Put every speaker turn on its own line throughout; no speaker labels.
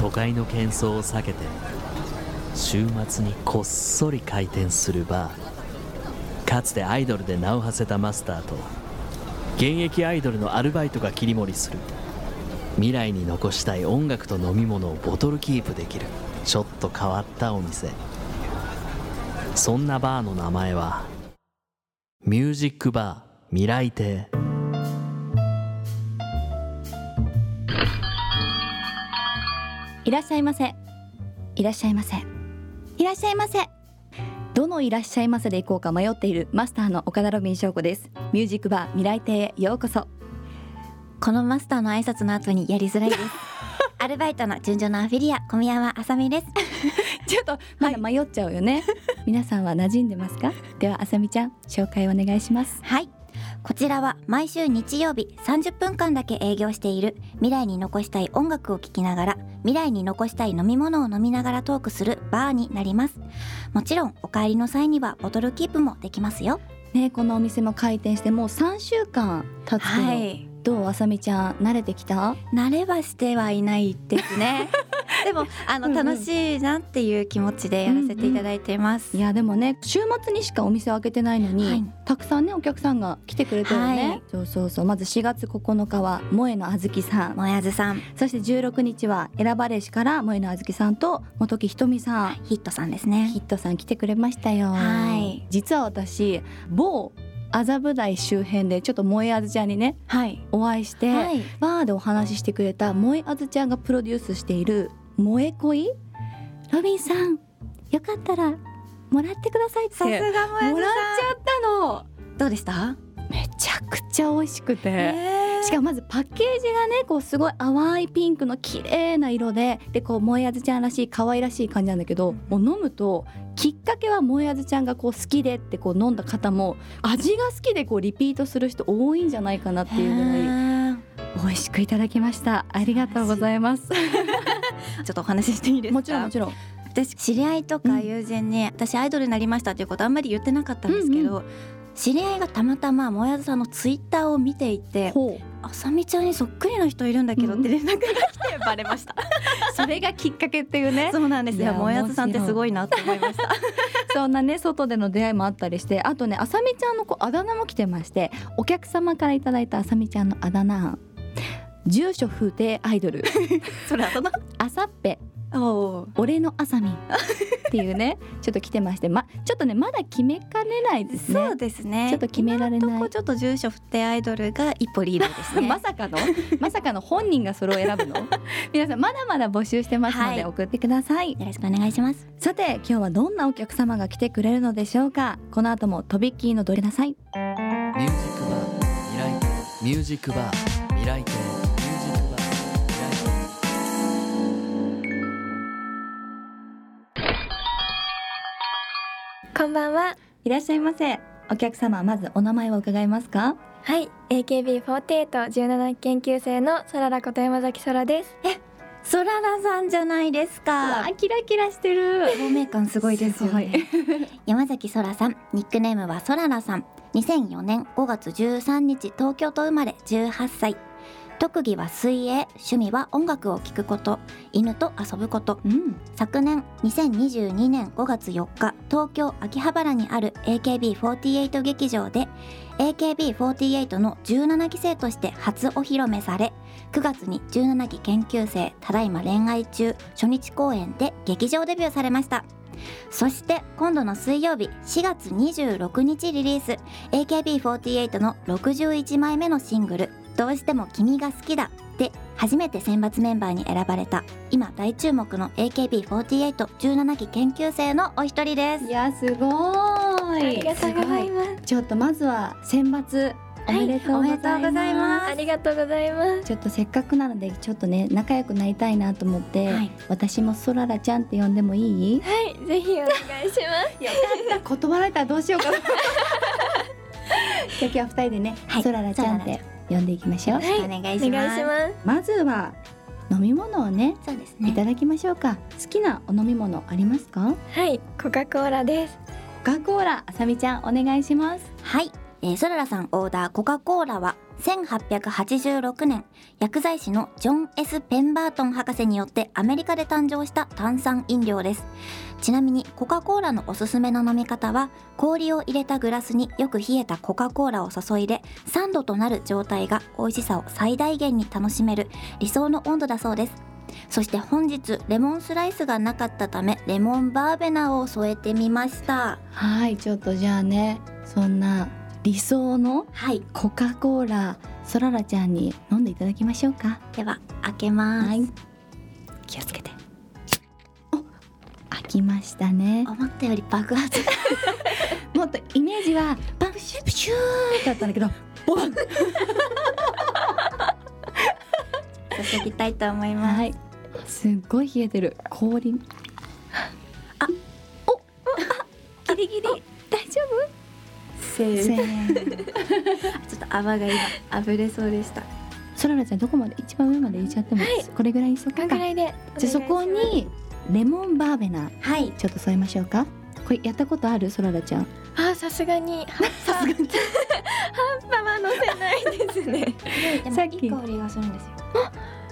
都会の喧騒を避けて週末にこっそり開店するバーかつてアイドルで名を馳せたマスターと現役アイドルのアルバイトが切り盛りする未来に残したい音楽と飲み物をボトルキープできるちょっと変わったお店そんなバーの名前はミュージックバー未来亭
いらっしゃいませ。いらっしゃいませ。いらっしゃいませ。どのいらっしゃいませで行こうか迷っているマスターの岡田ロビン翔子です。ミュージックバー未来亭へようこそ。
このマスターの挨拶の後にやりづらいです。アルバイトの純情のアフィリア小宮山あさみです。
ちょっとまだ迷っちゃうよね。皆さんは馴染んでますか。ではあさみちゃん紹介お願いします。
はい。こちらは毎週日曜日30分間だけ営業している未来に残したい音楽を聴きながら未来に残したい飲み物を飲みながらトークするバーになりますもちろんお帰りの際にはボトルキープもできますよ
ねこのお店も開店してもう3週間経つけど、
い
どうあさみちゃん慣れてきた？
慣れはしてはいないです ねでもあの
うんうん
楽しいなっていう気持ちでやらせていただいています、
いやでもね週末にしかお店を開けてないのに、
はい
たくさんねお客さんが来てくれたよね、
はい
そうそうそうまず4月9日は萌えのあずきさん
もやずさん
そして16日は選ばれしから萌えのあずきさんと元木ひとみさん、
ヒットさんですね
ヒットさん来てくれましたよ、
はい
実は私某麻布台周辺でちょっと萌えあずちゃんにね
はい
お会いして、
はい
バーでお話ししてくれた萌えあずちゃんがプロデュースしている「萌え恋」ロビンさんよかったらもらってくださいって
さすがもやずさん
もらっちゃったの
どうでした
めちゃくちゃ美味しくて、
え
しかもまずパッケージがねこうすごい淡いピンクの綺麗な色ででこう萌えあずちゃんらしい可愛らしい感じなんだけどもう飲むときっかけは萌えあずちゃんがこう好きでってこう飲んだ方も味が好きでこうリピートする人多いんじゃないかなっていうぐらい美味しくいただきましたありがとうございます
ちょっとお話ししていいですか
もちろんもちろん
私知り合いとか友人に、私アイドルになりましたっていうことあんまり言ってなかったんですけど、知り合いがたまたまもやずさんのツイッターを見ていて
ほう
「あさみちゃんにそっくりな人いるんだけど」って連絡が来てバレました、
それがきっかけっていうね
そうなんです
いや
よもやずさんってすごいなって思いました
そんなね外での出会いもあったりしてあとねあさみちゃんのこうあだ名も来てましてお客様からいただいたあさみちゃんのあだ名住所不定アイドル
それ後の
あさっぺ
おー
俺のあさみんっていうねちょっと来てましてまちょっとねまだ決めかねないです
そ
ね
うですね
ちょっと決められない
今のとこちょっと住所不定アイドルが一歩リードです ね
まさかのまさかの本人がそれを選ぶの 皆さんまだまだ募集してますの
はい
で送ってください
よろしくお願いします
さて今日はどんなお客様が来てくれるのでしょうかこの後もとびっきりのどれなさい
ミュージックバー未来亭ミュージックバー未来亭ミュージックバー未来亭
こんばんは。
いらっしゃいませお客様まずお名前を伺えますか
はい、AKB48 十七研究生のそららこと山崎そらです。
そららさんじゃないですか
キラキラしてる
透明感すごいですよ ね山崎そらさんニックネームはそららさん2004年5月13日東京都生まれ18歳特技は水泳趣味は音楽を聴くこと犬と遊ぶこと
うん、
昨年2022年5月4日東京秋葉原にある AKB48 劇場で AKB48 の17期生として初お披露目され9月に17期研究生ただいま恋愛中初日公演で劇場デビューされましたそして今度の水曜日4月26日リリース AKB48 の61枚目のシングル「どうしても君が好きだ」で初めて選抜メンバーに選ばれた今大注目の AKB4817 期研究生のお一人です
いやすご
あ
ーい
りがとうございます。
すごいちょっとまずは選抜おめでとうございます,、
はいおめでとうございま
ありがとうございます。
ちょっとせっかくなのでちょっとね仲良くなりたいなと思って、
はい
私もそららちゃんって呼んでもいい
はい、ぜひお願いします。
断られたらどうしようかなじゃあ 今日は二人でね、
はい
そららちゃんって呼んでいきましょう
はい
お願い
お願いします。
まずは飲み物をね
そうです
い
ね
ただきましょうか、好きなお飲み物ありますか
はい、コカコーラです。
コカ・コーラあさみちゃんお願いします
はいえー、ソララさんオーダーコカ・コーラは1886年薬剤師のジョン・ S ・ペンバートン博士によってアメリカで誕生した炭酸飲料ですちなみにコカ・コーラのおすすめの飲み方は氷を入れたグラスによく冷えたコカ・コーラを注いで酸度となる状態が美味しさを最大限に楽しめる理想の温度だそうですそして本日レモンスライスがなかったためレモンバーベナを添えてみました
はいちょっとじゃあねそんな理想の
はい
コカ・コーラそららちゃんに飲んでいただきましょうか
では開けます、
はい
気をつけて
開きましたね
思ったより爆発
もっとイメージはパンプシュプシューだったんだけど
注ぎたいと思います、
はいすっごい冷えてる氷あおあギリギリ大丈
せ
夫
ー
せ
の
ーの
ちょっと泡が今あぶれそうでした
そららちゃんどこまで一番上まで入れちゃっても、これぐらいにしと
こ
く
ん
か
ぐらいで
じゃあそこにレモンバーベナ
はい
ちょっと添えましょうかこれやったことあるそららちゃん
あさすがにさすがに半端は乗せないですね
でも
さっ
い
き
い香りがするんですよ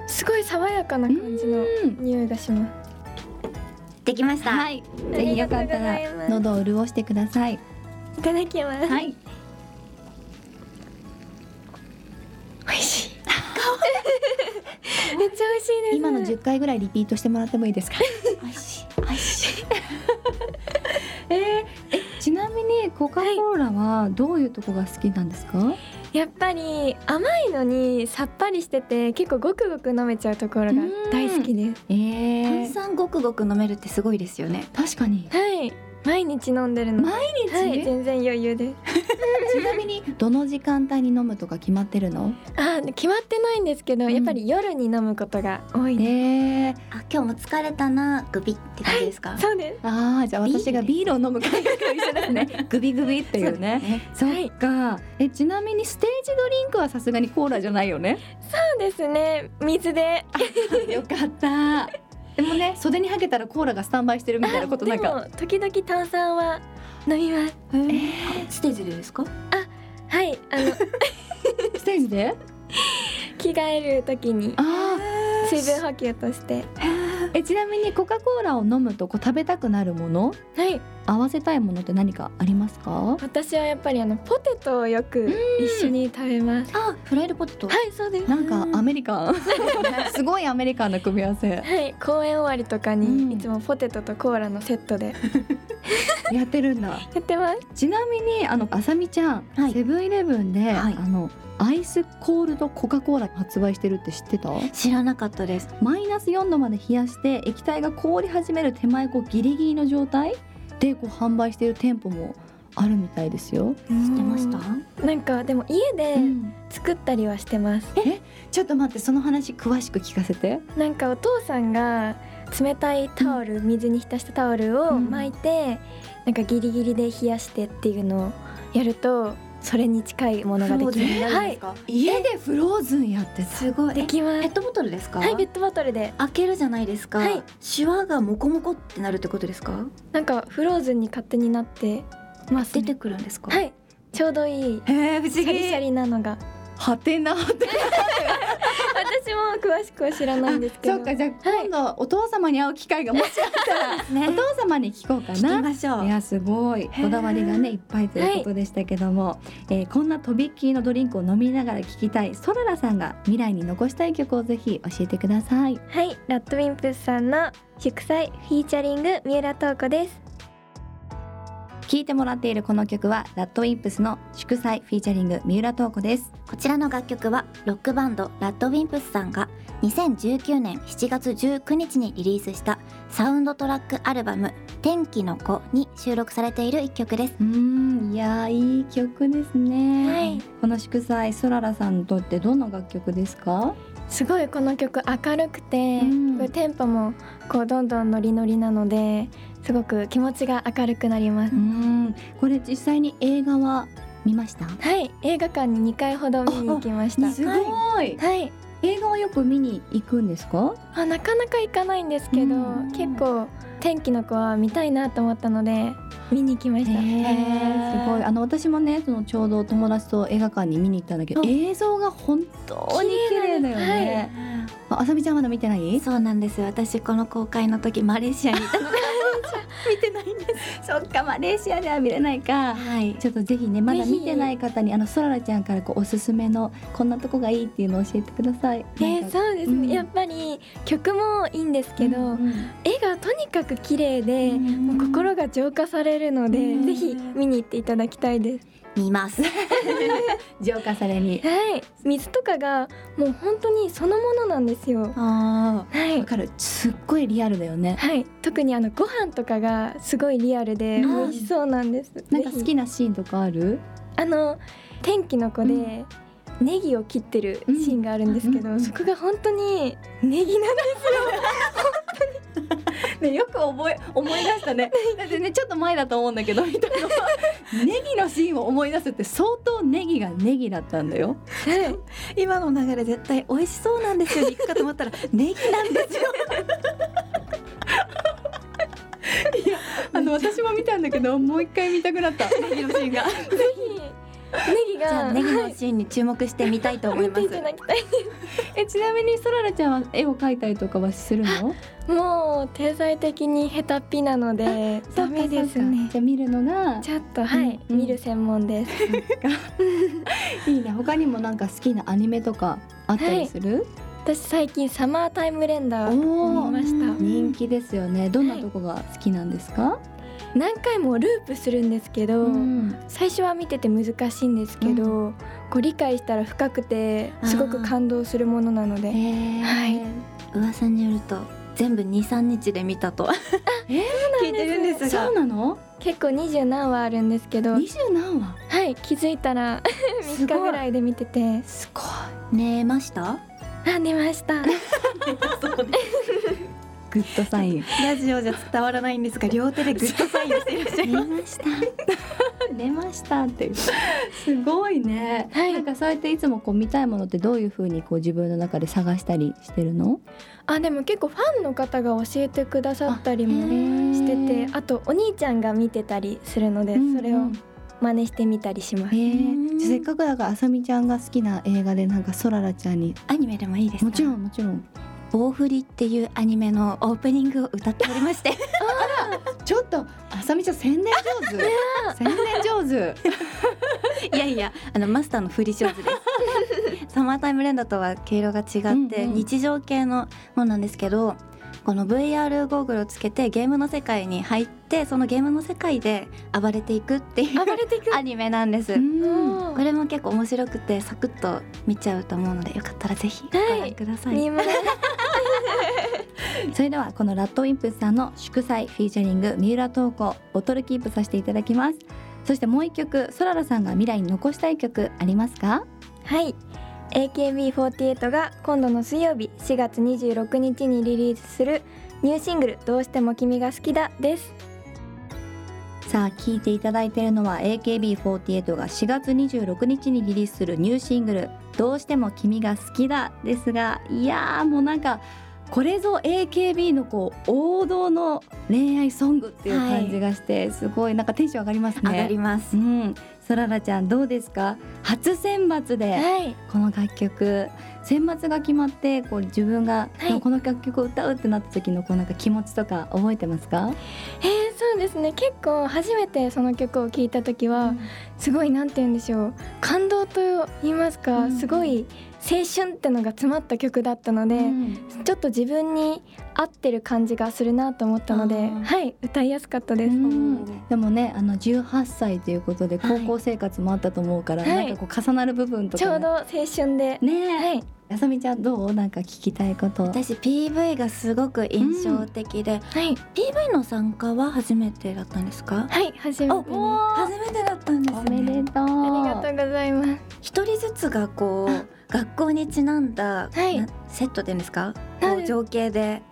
すごい爽やかな感じの
うん
匂いがします
できました、
はいぜひよかった
ありがとうござ
ら
います
喉を潤してください
いただきます、
はい
美味しいめっちゃ美味しいです
今の10回ぐらいリピートしてもらってもいいですか
美味しい美味しい
えー、 えちなみにコカ・コーラはどういうとこが好きなんですか、
やっぱり甘いのにさっぱりしてて結構ごくごく飲めちゃうところが大好きです
え
炭
ー、
酸ごくごく飲めるってすごいですよね
確かに
はい毎日飲んでるの
毎日
はい全然余裕です
ちなみにどの時間帯に飲むとか決まってるの
あ決まってないんですけど、
うん
やっぱり夜に飲むことが多いです、
えー、
あ今日も疲れたなグビって感じですか、
そうです
あーじゃあ
ビール
私がビールを飲む感覚と一緒です ねグビグビっていうねそ
ね
っかえちなみにステージドリンクはさすがにコーラじゃないよね
そうですね水で
よかったでも ね袖にはけたらコーラがスタンバイしてるみたいなことなんか
でも時々炭酸は飲みます
えー
え
あステージでですか
はいあの
ステージで
着替える時に
あ
水分補給として
ーえちなみにコカ・コーラを飲むとこう食べたくなるもの
はい
合わせたいものって何かありますか
私はやっぱりあのポテトをよく一緒に食べます
あフライドポテト
はいそうです
なんかアメリカン すごいアメリカンな組み合わせ
はい公演終わりとか
うん
にいつもポテトとコーラのセットで
やってるんだ
やってます
ちなみにあのあさみちゃん、
はい
セブンイレブンで、
はい
あのアイスコールドコカコーラ発売してるって知ってた
知らなかったです
マイナス4度まで冷やして液体が凍り始める手前こうギリギリの状態でこう販売している店舗もあるみたいですよ、
知
知ってました
なんかでも家で
うん
作ったりはしてます、
ちょっと待ってその話詳しく聞かせて
なんかお父さんが冷たいタオル、水に浸したタオルを巻いて、なんかギリギリで冷やしてっていうのをやるとそれに近いものがで
フ
き
ローズになる
る
ん
は
です
い
か、
家でフローズンやってた
すごいえ
できま
ペ
す
ットボトルですか、
はいペットボトルで
開けるじゃないですか、
はい
シワがモコモコってなるってことですか
なんかフローズンに勝手になってます、
出て
ね、
くるんですか、
はいちょうどいい
へえ不
シャリシャリなのが
はてなはてな
私も詳しくは知らないんですけ
そ
ど
っかじゃあ今度お父様に会う機会がもしあったら、
ね
お父様に聞こうか
聞
な
きましょ
いうやすごい
ー
こだわりがねいっぱいということでしたけども、えーこんなとびっきりのドリンクを飲みながら聴きたいソララさんが未来に残したい曲をぜひ教えてください
はいラッドウィンプスさんの祝祭フィーチャリング三浦透子です
聴いてもらっているこの曲はラッドウィンプスの祝祭フィーチャリング三浦透子です
こちらの楽曲はロックバンドラッドウィンプスさんが2019年7月19日にリリースしたサウンドトラックアルバム「天気の子」に収録されている一曲です
うーんいやーいい曲ですね、
はい
この祝祭ソララさんにとってどんな楽曲ですか
すごいこの曲明るくて、
うん
これテンポもこうどんどんノリノリなのですごく気持ちが明るくなります、
うーんこれ実際に映画は見ました
はい映画館に2回ほど見に行きました
すごい
はい
映画はよく見に行くんですか
あなかなか行かないんですけど
うん
結構天気の子は見たいなと思ったので見に来ました、
すごいあの私もねそのちょうど友達と映画館に見に行ったんだけど
うん
映像が本当に綺麗だよね、ああさみちゃんまだ見てない
そうなんですよ私この公開の時マレーシアにいたので見てないんです
そっかマレーシアでは見れないか
はい
ちょっとぜひねまだ見てない方にあのそららちゃんからこうおすすめのこんなとこがいいっていうのを教えてください
え
なんか
そうですね、
うん
やっぱり曲もいいんですけど、
うん
絵がとにかく綺麗で、
うん
もう心が浄化されるので、
うん
ぜひ見に行っていただきたいです。
見ます
浄化されに
はい、水とかがもう本当にそのものなんですよ。
あ
は
わ
い、
かるすっごいリアルだよね
はい、特にあのご飯とかがすごいリアルで美
うん
味しそうなんです。
なんか
ぜひ
好きなシーンとかある
あの天気の子でネギを切ってるシーンがあるんですけど、
うん
そこが本当にネギなんで
ね、よく覚え思い出したね。だってねちょっと前だと思うんだけどみたいなネギのシーンを思い出すって相当ネギがネギだったんだよ。
す。はい、
今の流れ絶対美味しそうなんです よ行くかと思ったらネギなんです よ
あの私も見たんだけどもう一回見たくなったネギのシーンが。
ぜひネギ
じゃ
が
あネギのシーンに注目してみたいと思い
見
ま
て
す
いただきたい。
えちなみにそららちゃんは絵を描いたりとかはするの？
もう天才的にヘタっぴなので ダメですね。
じゃあ見るのが
ちょっとはい、
うん
見る専門です。
いいね。他にもなんか好きなアニメとかあったりする？
私最近サマータイムレンダー
お
見
お
ました。
人気ですよね。どんなとこが好きなんですか？
何回もループするんですけど、最初は見てて難しいんですけど、こう理解したら深くてすごく感動するものなので、
え
はい
噂によると全部23日で見た と聞いてるんですが
そうなの？
結構二十何話あるんですけど、は
二十何話？
い気づいたら
すごい
三日ぐらいで見てて、
すごい。
寝ました
あ寝ました。
グッドサイン。
ラジオじゃ伝わらないんです が両手でグッドサインをしていらっしゃいます
ました 出ましたっていうすごいね、
はい
なんかそうやっていつもこう見たいものってどういう風にこう自分の中で探したりしてるの
あでも結構ファンの方が教えてくださったりもして
して
てあとお兄ちゃんが見てたりするので、それを真似してみたりします、
へ
うん
ーじゃあせっかくだからあさみちゃんが好きな映画でなんかそららちゃんに
アニメでもいいですか
もちろんもちろん
棒振りっていうアニメのオープニングを歌っておりまして
ちょっとあさみちゃん宣伝 上手宣伝上手
いやいやあのマスターの振り上手です サマータイムレンダーとは毛色が違って、
うんうん
日常系のものなんですけどこの VR ゴーグルをつけてゲームの世界に入ってそのゲームの世界で暴れていくっていう
暴れていく
アニメなんです、
うん
これも結構面白くてサクッと見ちゃうと思うのでよかったらぜひご覧ください、
見ます
それではこのラットウィンプスさんの祝祭フィーチャリング三浦透子ボトルキープさせていただきますそしてもう一曲そららさんが未来に残したい曲ありますか
はい AKB48 が今度の水曜日4月26日にリリースするニューシングル「どうしても君が好きだ」です
さあ聴いていただいているのは AKB48 が4月26日にリリースするニューシングル「どうしても君が好きだ」ですがいやーもうなんかこれぞ AKB のこう王道の恋愛ソングっていう感じがして、すごいなんかテンション上がりますね。
上がります
うん、そららちゃんどうですか初選抜で、
はい
この楽曲選抜が決まってこう自分が、
はい
この楽曲を歌うってなった時のこうなんか気持ちとか覚えてますか、
えー、そうですね結構初めてその曲を聴いた時は、すごいなんて言うんでしょう感動と言いますか、
うん
すごい青春ってのが詰まった曲だったので、ちょっと自分に合ってる感じがするなと思ったの
あ
で
ー
はい歌いやすかったです、
うんでもねあの18歳ということで
は
高
い
校生活もあったと思うから、
はい
なんかこう重なる部分とか
ちょ
ね、
うど青春で、
ねえ
はい
あさみちゃんどうなんか聞きたいこと
私 PV がすごく印象的で、
はい、
PV の参加は初めてだったんですか
はい、初めて
お
です
初めてだったんです
お
ね
めでとう
ありがとうございます
一人ずつがこう学校にちなんだ、
はい
なセットでんですか、
はい
こう情景で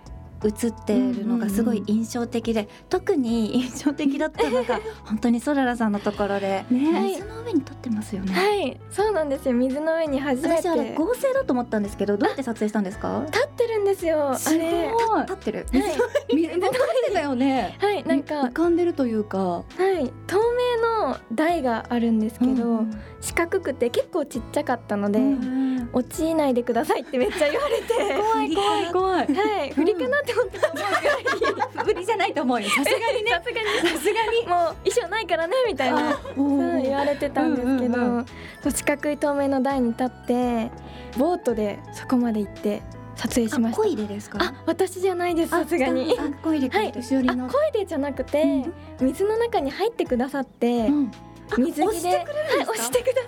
映ってるのがすごい印象的で、特に印象的だった のが本当にソララさんのところで、
ね
水の上に撮ってますよね、
はいそうなんですよ水の上に初め
私
て
あれ
立
合成だと思ったんですけどどうやって撮影したんですか
ってるんですよあ
すごい
れは
立ってる
い
水の上だよね
はいなんかは
浮かんでるというか
い透明の台があるんですけど、
うん
四角くて結構ちっちゃかったので、
うん
落ちないでくださいってめっちゃ言われて
怖い怖い怖い
はい振りかなって思ったんです
無理じゃないと思うよさすがにね
さすがにさすがにもう衣装ないからねみたいなそう言われてたんですけど、
うんうんう
そう四角い透明の台に立ってボートでそこまで行って撮影し
あ
ました
コイレですか
あ私じゃないですさすがに
あコイレ
はい
年寄り
あ
の
声でじゃなくて、水の中に入ってくださって、
うん
水着で
押してくれるんですか
はい、押してください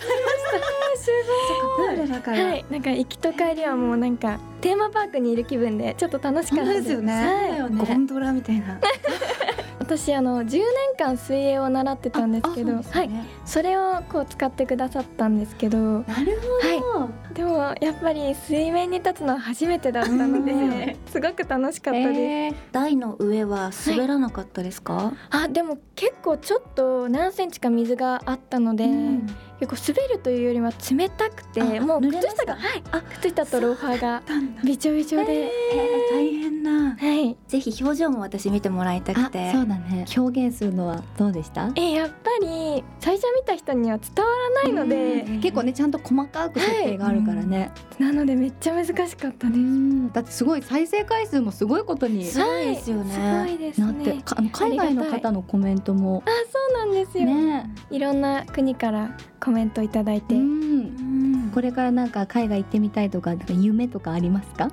プールだから、
はいなんか行きと帰りはもうなんかテーマパークにいる気分でちょっと楽しかった
そうですよね
はい
よね
ゴンドラみたいな
私あの10年間水泳を習ってたんですけど
あそう
はい
ですね
それをこう使ってくださったんですけど
なるほど
でもやっぱり水面に立つのは初めてだったので、
うん
すごく楽しかったです、
えー
台の上は滑らなかったですか、
あでも結構ちょっと何センチか水があったので、
うん
結構滑るというよりは冷たくて
あ
もう
濡れま
靴
した
下がはい
あ
靴下とローファーがびちょびちょで、
大変な
はい
ぜひ表情も私見てもらいたくて
あそうだね表現するのはどうでした
えやっぱり最初見た人には伝わらないので、
結構ねちゃんと細かく設定があるからね、
なのでめっちゃ難しかったです、
うんだってすごい再生回数もすごいことに
すごいですよね
はいすごいです
なって、
ね
かあの海外の方のコメントも
あそうなんですよ、
ね
いろんな国からコメントいただいて、
うん
うん
これからなんか海外行ってみたいとかなんか夢とかありますか、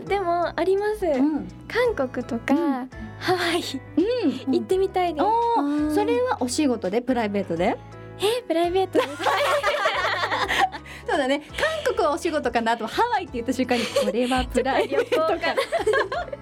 あでもあります、
ん
韓国とか、
うん
ハワイ
うん
行ってみたいです、
おー
あー
それはお仕事でプライベートで
えプライベートです
そうだね韓国はお仕事かなとハワイって言った瞬間に これはプライベート
ちょっと
か
旅行か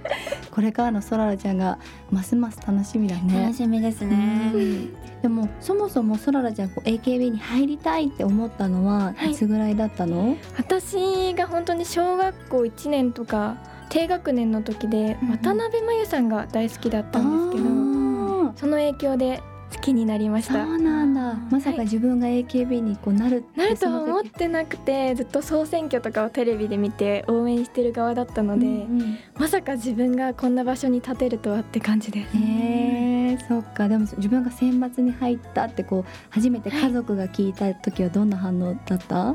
これからのそららちゃんがますます楽しみだね
楽しみですね、
うんでもそもそもそららちゃんこう AKB に入りたいって思ったのは
はい
いつぐらいだったの、
私が本当に小学校1年とか低学年の時で
うんうん
渡辺真由さんが大好きだったんですけど
あー
その影響で好きになりまし
そ
た
うなんだまさ
は
か
い
自分が AKB にこうなるって
なるとは
その
思っ
時
てなくてずっと総選挙とかをテレビで見て応援してる側だったので、
うんうん
まさか自分がこんな場所に立てるとはって感じです
へえそっかでも自分が選抜に入ったってこう初めて家族が聞いた時はどんな反応だった、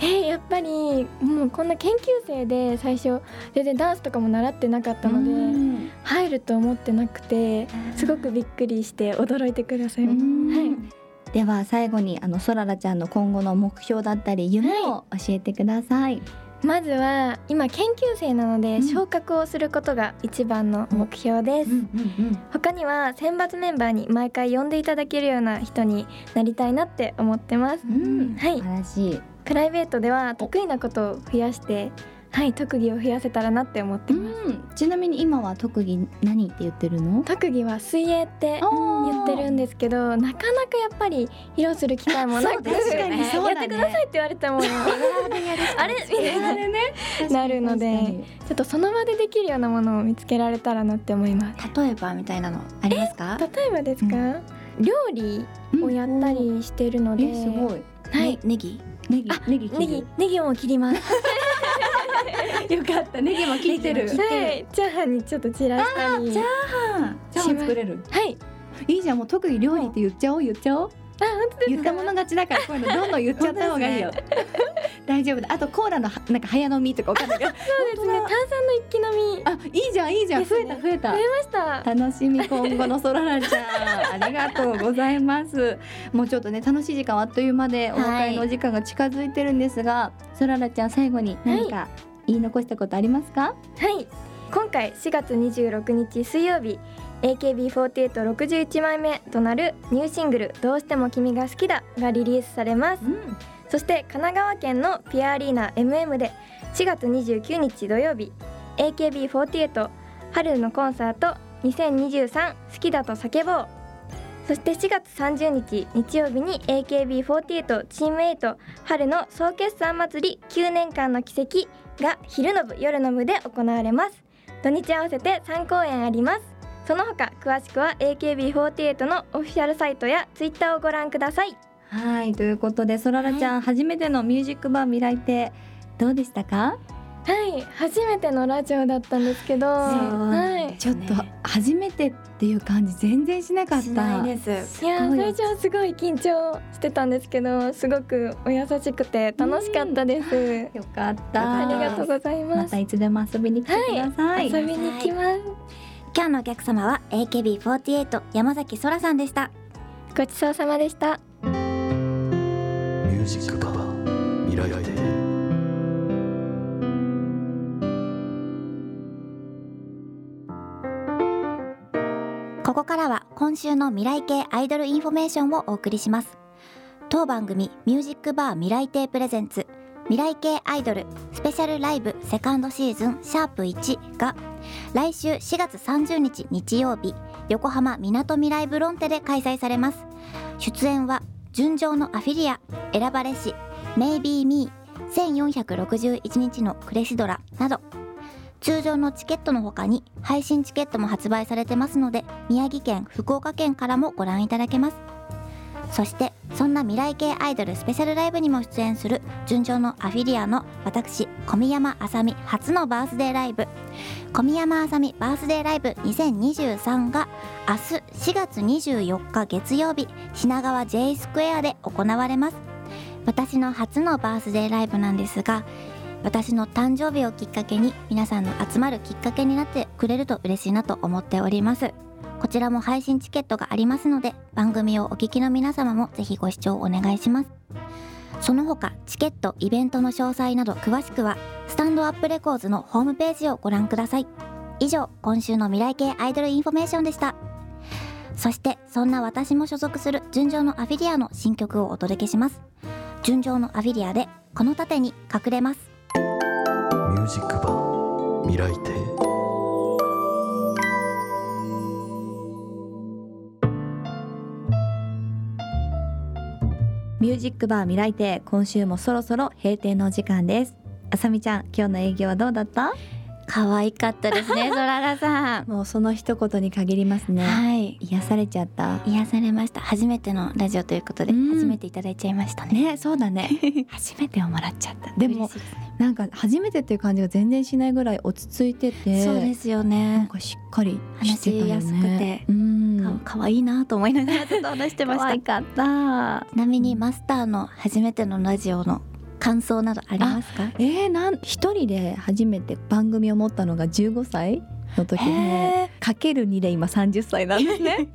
えーやっぱりもうこんな研究生で最初全然ダンスとかも習ってなかったので、
うん
入ると思ってなくてすごくびっくりして驚いてくださいました
うんでは最後にあのそららちゃんの今後の目標だったり夢を教えてください、
まずは今研究生なの
う
で
ん
昇格をすることが一番の目標です、他には選抜メンバーに毎回呼んでいただけるような人になりたいなって思ってます
うん
はい
素晴らしい
プライベートでは得意なことを増やしてはい特技を増やせたらなって思ってます、
うんちなみに今は特技何って言ってるの
特技は水泳って言ってるんですけどなかなかやっぱり披露する機会もな
そう
く、
ですよね
そう
や
だね
ってくださいって言われてもあれみたいな なるのでちょっとその場でできるようなものを見つけられたらなって思います
例えばみたいなのありますか
例えばですか、
う
料理をやったりしてるので、
えすごい
はい
ね、ネギ
ネギ
あ
ネギ切
ネ
る
ギネギも切ります
よかったネギも切ってる
ネギも切
はいチャーハンにちょっと散らしたり
チャー
は
チャーハン作れる
い
いいじゃんもう特技料理って言っちゃおう言っちゃおう
あ本当ですか
言ったもの勝ちだからこういうのどんどん言っちゃった方がいいよ大丈夫だあとコーラのはなんか早飲みとかわかんないけど
そうですね炭酸の一気飲み
あいいじゃんいいじゃん
です
増え
ね
た増えた
増えました
楽しみ今後のそららちゃんありがとうございますもうちょっとね楽しい時間はあっという間でお
は
迎
い
えのお時間が近づいてるんですが、そららちゃん最後に何か言い残したことありますか、
はい今回4月26日水曜日 AKB4861 枚目となるニューシングル「どうしても君が好きだ」がリリースされます
うん
そして神奈川県のピアアリーナ MM で4月29日土曜日 AKB48 春のコンサート2023好きだと叫ぼうそして4月30日日曜日に AKB48 チーム8春の総決算祭り9年間の奇跡が昼の部夜の部で行われます土日合わせて3公演ありますその他詳しくは AKB48 のオフィシャルサイトやツイッターをご覧ください
はいということでそららちゃん、初めてのミュージックバー未来亭どうでしたか
はい初めてのラジオだったんですけど、はい
ちょっと初めてっていう感じ全然しなかった
しないです。
いや
すご
ー
い
最初はすごい緊張してたんですけどすごくお優しくて楽しかったです、
よかっ
あ
た
りがとうござい
ま
ます
たいつでも遊びに来てください、
遊びに来ます
今日のお客様は AKB48 山崎そらさんでした
ごちそうさまでした
ミュージックバー未来亭
ここからは今週の未来系アイドルインフォメーションをお送りします当番組ミュージックバー未来亭プレゼンツ未来系アイドルスペシャルライブセカンドシーズンシャープ1が来週4月30日日曜日横浜みなとみらいブロンテで開催されます出演は純情のアフィリア選ばれしメイビーミー1461日のクレシドラなど通常のチケットの他に配信チケットも発売されてますので宮城県福岡県からもご覧いただけますそしてそんな未来系アイドルスペシャルライブにも出演する純情のアフィリアの私小宮山あさみ初のバースデーライブ小宮山あさみバースデーライブ2023が明日4月24日月曜日品川 J スクエアで行われます私の初のバースデーライブなんですが私の誕生日をきっかけに皆さんの集まるきっかけになってくれると嬉しいなと思っておりますこちらも配信チケットがありますので番組をお聞きの皆様もぜひご視聴お願いしますその他チケットイベントの詳細など詳しくはスタンドアップレコーズのホームページをご覧ください以上今週の未来系アイドルインフォメーションでしたそしてそんな私も所属する純情のアフィリアの新曲をお届けします純情のアフィリアでこの盾に隠れます
ミュージックバー未来亭
ミュージックバー未来亭今週もそろそろ閉店のお時間ですあさみちゃん今日の営業はどうだった
可愛かったです ね、ゾララさん。
もうその一言に限りますね
はい。
癒されちゃった
癒されました。初めてのラジオということで、
うん
初めていただいちゃいましたね。
ねそうだね
初めてをもらっちゃった。
でも
嬉しいですね
なんか初めてっていう感じが全然しないぐらい落ち着いてて
そうですよ
なん
ね。
かしっかりしてたよね
話しやすくて
うん
か可愛いなと思いながら ずっと話してまし
か
た。
った
ちなみにマスターの初めてのラジオの感想などありますか？
えー、なん一人で初めて番組を持ったのが15歳の時でかける2で今30歳なんです ね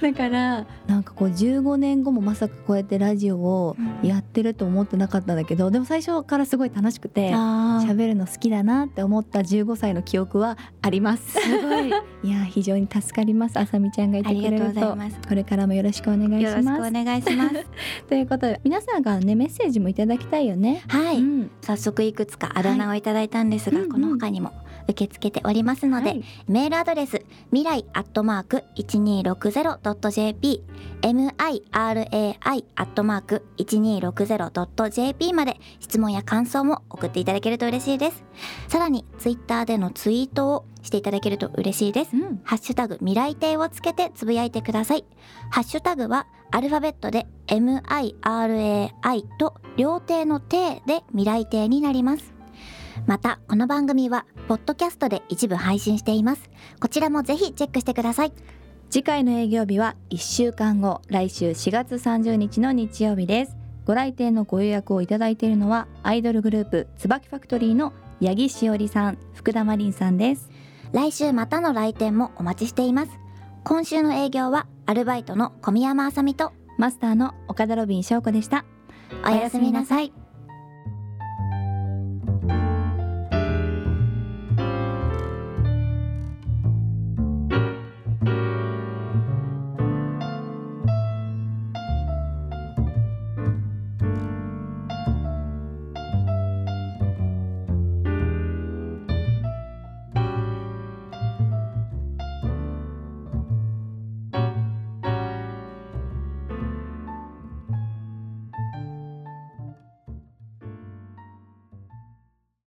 だからなんかこう15年後もまさかこうやってラジオをやってると思ってなかったんだけどでも最初からすごい楽しくて
あー
喋るの好きだなって思った15歳の記憶はあります
すごい。
いや非常に助かりますあさみちゃんがい
あ
てくれ
りがと
る
うご
と
ざいます。
これからもよろしくお願いし
よろしくお
ます
願いします。
ということで皆さんからねメッセージもいただきたいよね
はい。
うん
早速いくつかあだ名をいただいたんですが、
はいうんうん
この他にも受け付けておりますので、
はい
メールアドレス未来アットマーク 1260.jp mirai アットマーク 1260.jp まで質問や感想も送っていただけると嬉しいですさらにツイッターでのツイートをしていただけると嬉しいです
うん
ハッシュタグ未来亭をつけてつぶやいてください。ハッシュタグはアルファベットで MIRAI と両亭の亭で未来亭になります。また、この番組は、ポッドキャストで一部配信しています。こちらもぜひチェックしてください。
次回の営業日は1週間後来週4月30日の日曜日ですご来店のご予約をいただいているのはアイドルグループ椿ファクトリーの八木しおりさん福田真凛さんです
来週またの来店もお待ちしています。今週の営業は、アルバイトの小宮山あさみと、
マスターの岡田ロビン翔子でした
おやすみなさい。